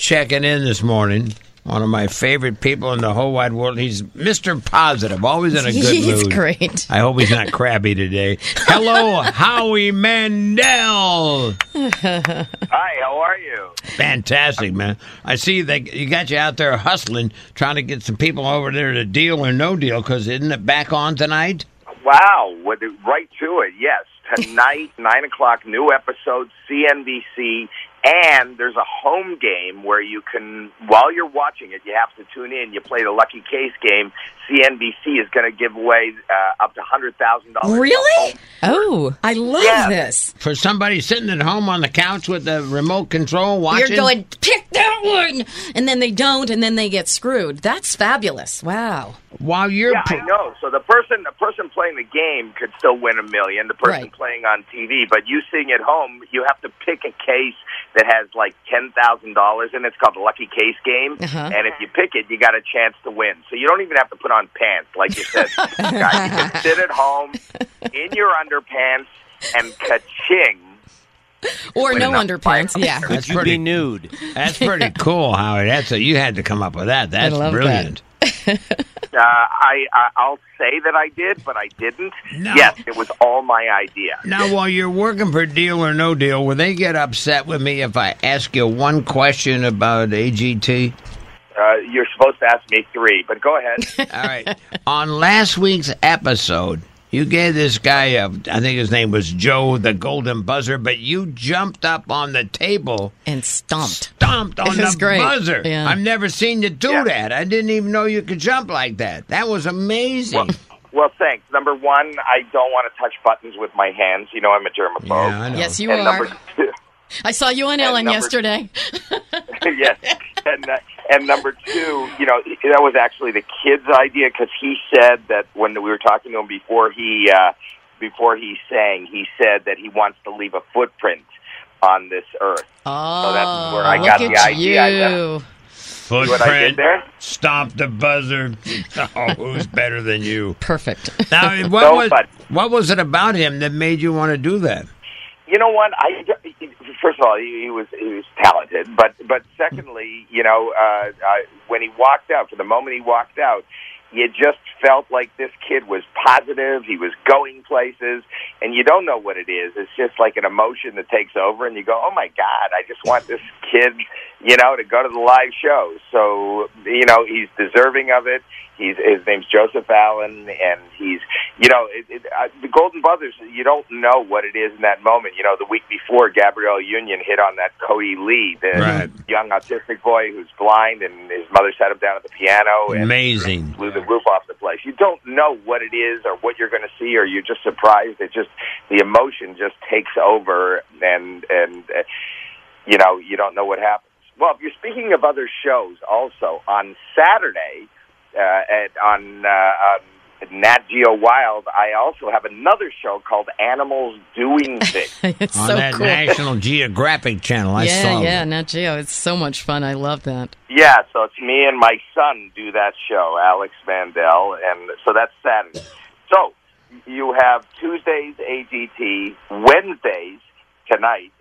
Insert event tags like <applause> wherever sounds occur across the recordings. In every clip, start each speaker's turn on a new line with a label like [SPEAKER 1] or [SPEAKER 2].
[SPEAKER 1] Checking in this morning, one of my favorite people in the whole wide world. He's Mr. Positive, always in a good
[SPEAKER 2] He's
[SPEAKER 1] mood.
[SPEAKER 2] great.
[SPEAKER 1] I hope he's not crabby today.
[SPEAKER 2] <laughs>
[SPEAKER 1] Hello, Howie Mandel.
[SPEAKER 3] Hi, how are you?
[SPEAKER 1] Fantastic, man. I see they you got you out there hustling, trying to get some people over there to deal or no deal. Because isn't it back on tonight?
[SPEAKER 3] Wow, with it, right to it. Yes, tonight, nine o'clock, new episode, CNBC, and there's a home game where you can, while you're watching it, you have to tune in. You play the Lucky Case game. CNBC is going to give away uh, up to hundred thousand dollars.
[SPEAKER 4] Really?
[SPEAKER 2] Oh,
[SPEAKER 4] I love
[SPEAKER 3] Yeah.
[SPEAKER 4] this.
[SPEAKER 1] For somebody sitting at home on the couch with the remote control watching.
[SPEAKER 4] You're going, pick that one! And then they don't, and then they get screwed. That's fabulous. Wow.
[SPEAKER 1] while you're
[SPEAKER 3] Yeah,
[SPEAKER 4] <laughs>
[SPEAKER 3] I
[SPEAKER 1] pl-
[SPEAKER 3] know. So the person, the person playing the game could still win a million. The person
[SPEAKER 4] Right.
[SPEAKER 3] playing on TV, but you sitting at home, you have to pick a case that has like ten thousand dollars in it. It's called the Lucky Case Game,
[SPEAKER 4] Uh-huh.
[SPEAKER 3] and if you pick it, you got a chance to win. So you don't even have to put on pants, like
[SPEAKER 4] <laughs>
[SPEAKER 3] you said. Guys, you can sit at home in your underpants and ka-ching.
[SPEAKER 4] Or no
[SPEAKER 3] enough.
[SPEAKER 4] underpants. Yeah.
[SPEAKER 1] That's pretty nude. That's
[SPEAKER 2] <laughs>
[SPEAKER 1] pretty cool, Howie. That's a, you had to come up with that. That's
[SPEAKER 2] love that.
[SPEAKER 1] brilliant.
[SPEAKER 3] Uh, I, I I'll say that I did, but I didn't.
[SPEAKER 1] No.
[SPEAKER 3] Yes, it was all my idea.
[SPEAKER 1] Now, while you're working for Deal or No Deal, will they get upset with me if I ask you one question about AGT?
[SPEAKER 3] Uh, you're supposed to ask me three, but go
[SPEAKER 4] <laughs>
[SPEAKER 3] ahead.
[SPEAKER 1] All right. On last week's episode, you gave this guy, a, I think his name was Joe, the golden buzzer, but you jumped up on the table,
[SPEAKER 4] And stomped.
[SPEAKER 1] stomped on
[SPEAKER 4] It was
[SPEAKER 1] the
[SPEAKER 4] great.
[SPEAKER 1] buzzer.
[SPEAKER 4] Yeah.
[SPEAKER 1] I've never seen you do
[SPEAKER 3] Yeah.
[SPEAKER 1] that. I didn't even know you could jump like that. That was amazing.
[SPEAKER 3] Well, thanks. Number one, I don't want to touch buttons with my hands. You know, I'm a germaphobe.
[SPEAKER 1] yeah, I know.
[SPEAKER 4] Yes, you
[SPEAKER 3] and
[SPEAKER 4] are.
[SPEAKER 3] number two,
[SPEAKER 4] I saw you on Ellen
[SPEAKER 3] number-
[SPEAKER 4] yesterday.
[SPEAKER 3] <laughs> yes, and uh, and number two, you know, that was actually the kid's idea because he said that when we were talking to him before he uh, before he sang, he said that he wants to leave a footprint on this earth.
[SPEAKER 4] Oh,
[SPEAKER 3] that's where I
[SPEAKER 4] look
[SPEAKER 3] got the
[SPEAKER 4] at
[SPEAKER 3] idea, I
[SPEAKER 4] you.
[SPEAKER 3] See what I did there?
[SPEAKER 1] stomp the
[SPEAKER 4] <laughs>
[SPEAKER 1] buzzer. Oh, who's better than you?
[SPEAKER 4] Perfect. <laughs>
[SPEAKER 1] Now, what,
[SPEAKER 3] No,
[SPEAKER 1] was,
[SPEAKER 3] but-
[SPEAKER 1] what was it about him that made you want to do that?
[SPEAKER 3] you know what? I first of all, he, he was he was talented, but but secondly, you know, uh, uh, when he walked out, for the moment he walked out, you just felt like this kid was positive. He was going places, and you don't know what it is. It's just like an emotion that takes over, and you go, "Oh my God, I just want this kid, you know, to go to the live show." So you know, he's deserving of it. He's his name's Joseph Allen, and he's you know it, it, uh, the Golden Brothers. You don't know what it is in that moment. You know, the week before, Gabrielle Union hit on that Cody Lee, the
[SPEAKER 1] Right.
[SPEAKER 3] young autistic boy who's blind, and his mother sat him down at the piano and
[SPEAKER 1] Amazing.
[SPEAKER 3] blew the roof off the place. You don't know what it is or what you're going to see, or you're just surprised. It just the emotion just takes over, and and uh, you know you don't know what happens. Well, if you're speaking of other shows, also on Saturday uh, at on. Uh, um, Nat Geo Wild. I also have another show called Animals Doing Things.
[SPEAKER 4] it's
[SPEAKER 1] on
[SPEAKER 4] so
[SPEAKER 1] that
[SPEAKER 4] cool.
[SPEAKER 1] National Geographic channel. I
[SPEAKER 4] yeah,
[SPEAKER 1] saw
[SPEAKER 4] yeah,
[SPEAKER 1] it.
[SPEAKER 4] Nat Geo. It's so much fun. I love that.
[SPEAKER 3] Yeah, so it's me and my son do that show, Alex Mandel, and so that's Saturday. So you have Tuesdays AGT, Wednesdays tonight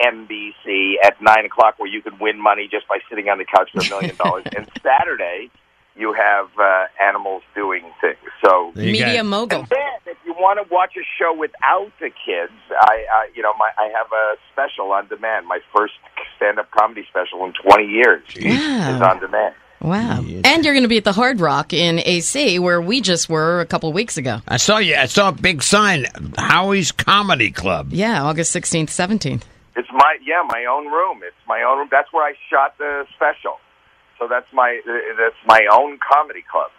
[SPEAKER 3] CNBC at nine o'clock, where you can win money just by sitting on the couch for a million dollars, and Saturday you have uh, animals doing things. So
[SPEAKER 1] There you go.
[SPEAKER 4] Media mogul.
[SPEAKER 3] <laughs> and then, if you want to watch a show without the kids, I, I you know, my I have a special on demand. My first stand-up comedy special in 20 years is on demand.
[SPEAKER 4] Wow. And you're going to be at the Hard Rock in AC, where we just were a couple weeks ago.
[SPEAKER 1] I saw you. I saw a big sign, Howie's Comedy Club.
[SPEAKER 4] Yeah, August 16th, 17th.
[SPEAKER 3] It's my yeah, my own room. It's my own room. That's where I shot the special. So that's my that's my own comedy club.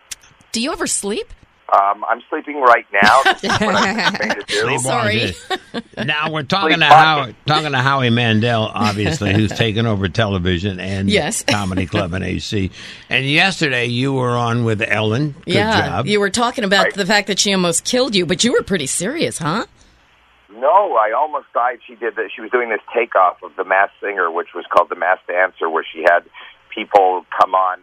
[SPEAKER 4] <laughs> Do you ever sleep?
[SPEAKER 3] Um, I'm sleeping right now. This is what I'm trying to do.
[SPEAKER 1] Sleepwalk
[SPEAKER 4] Sorry.
[SPEAKER 1] is.
[SPEAKER 4] <laughs>
[SPEAKER 1] Now we're talking to Howie,
[SPEAKER 3] Sleepwalking.
[SPEAKER 1] talking to Howie Mandel, obviously,
[SPEAKER 4] <laughs>
[SPEAKER 1] who's taken over television and
[SPEAKER 4] Yes.
[SPEAKER 1] comedy club and AC. And yesterday you were on with Ellen. Good
[SPEAKER 4] yeah,
[SPEAKER 1] job.
[SPEAKER 4] you were talking about
[SPEAKER 3] Right.
[SPEAKER 4] the fact that she almost killed you, but you were pretty serious, huh?
[SPEAKER 3] No, I almost died. She did that. She was doing this takeoff of The Masked Singer, which was called The Masked Dancer, where she had people come on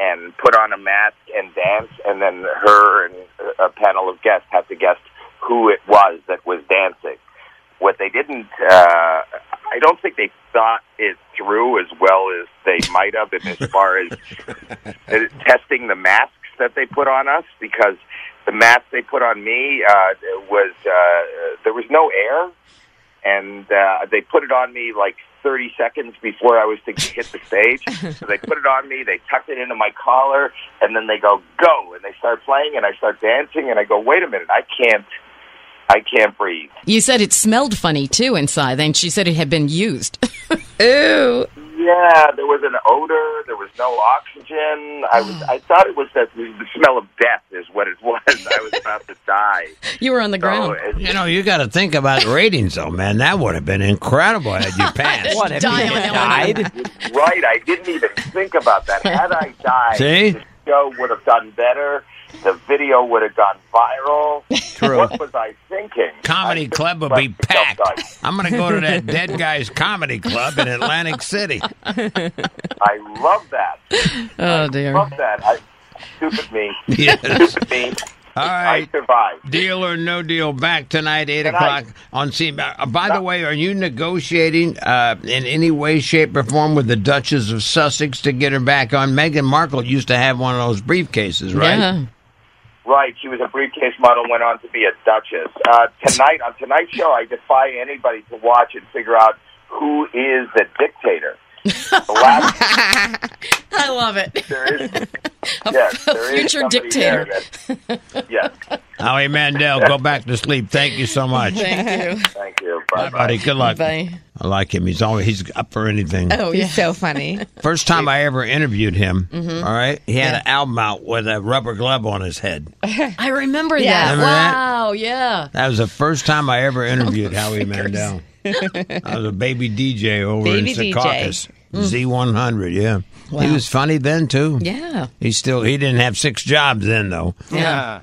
[SPEAKER 3] and put on a mask and dance, and then her and a panel of guests had to guess who it was that was dancing. What they didn't, uh, I don't think they thought it through as well as they might have, in as far as uh, testing the masks that they put on us because the mask they put on me uh, was uh, there was no air, and uh, they put it on me like 30 seconds before I was to hit the stage. so they put it on me, they tucked it into my collar, and then they go go, and they start playing, and I start dancing, and I go, wait a minute, I can't, I can't breathe.
[SPEAKER 4] You said it smelled funny too inside, and she said it had been used. <laughs> Ooh.
[SPEAKER 3] Yeah, there was an odor. There was no oxygen. I was.
[SPEAKER 1] Mm.
[SPEAKER 3] I thought it was that the smell of death is what it was. I was about to
[SPEAKER 1] <laughs>
[SPEAKER 3] die.
[SPEAKER 4] You were on the
[SPEAKER 3] So
[SPEAKER 4] ground.
[SPEAKER 3] it's
[SPEAKER 1] You know, you got to think about ratings, though, man. That would have been incredible had
[SPEAKER 4] <laughs>
[SPEAKER 1] you passed.
[SPEAKER 2] What if
[SPEAKER 4] Die
[SPEAKER 2] he
[SPEAKER 4] on
[SPEAKER 2] had
[SPEAKER 4] Ellen.
[SPEAKER 2] died?
[SPEAKER 3] right. I didn't even think about that. Had I died,
[SPEAKER 1] See?
[SPEAKER 3] the show would have done better. The video would have gone viral.
[SPEAKER 2] True.
[SPEAKER 3] What was I thinking? I
[SPEAKER 1] comedy
[SPEAKER 3] just
[SPEAKER 1] club would
[SPEAKER 3] let
[SPEAKER 1] be
[SPEAKER 3] myself
[SPEAKER 1] packed.
[SPEAKER 3] die.
[SPEAKER 1] I'm going to go to that dead guy's comedy club in Atlantic City.
[SPEAKER 3] I love that.
[SPEAKER 4] Oh dear.
[SPEAKER 3] Love that. I, stupid me.
[SPEAKER 1] Yes.
[SPEAKER 3] Stupid me.
[SPEAKER 1] All
[SPEAKER 3] I
[SPEAKER 1] right.
[SPEAKER 3] survived.
[SPEAKER 1] Deal or no deal back tonight, 8
[SPEAKER 3] Tonight.
[SPEAKER 1] o'clock on CBS. Uh, by the way, are you negotiating uh, in any way, shape, or form with the Duchess of Sussex to get her back on? Meghan Markle used to have one of those briefcases, right?
[SPEAKER 4] Yeah.
[SPEAKER 3] Right, she was a briefcase model, went on to be a duchess. Uh, tonight on tonight's show, I defy anybody to watch and figure out who is the dictator. The last
[SPEAKER 4] I love it.
[SPEAKER 3] there is, yes, there is
[SPEAKER 4] future
[SPEAKER 3] somebody there that- yes,
[SPEAKER 1] Howie Mandel, go back to sleep. Thank you so much.
[SPEAKER 4] <laughs> Thank you.
[SPEAKER 3] thank you.
[SPEAKER 1] Bye, buddy. Good luck.
[SPEAKER 4] Bye.
[SPEAKER 1] I like him. He's always he's up for anything.
[SPEAKER 4] Oh yeah. Mm-hmm.
[SPEAKER 2] He's
[SPEAKER 4] <laughs>
[SPEAKER 2] so funny.
[SPEAKER 1] First time I ever interviewed him, all right, he had an album out with a rubber glove on his head.
[SPEAKER 4] I remember
[SPEAKER 2] Yeah.
[SPEAKER 4] that.
[SPEAKER 1] Remember that?
[SPEAKER 4] wow. Yeah.
[SPEAKER 1] That was the first time I ever
[SPEAKER 4] <laughs>
[SPEAKER 1] interviewed
[SPEAKER 4] Oh,
[SPEAKER 1] Howie Mandel. I was a baby DJ over
[SPEAKER 2] Baby
[SPEAKER 1] in
[SPEAKER 2] DJ.
[SPEAKER 1] Secaucus. Z100, yeah. He was funny then, too.
[SPEAKER 4] Mm. Yeah.
[SPEAKER 1] He still, he didn't have six jobs then, though.
[SPEAKER 2] Yeah.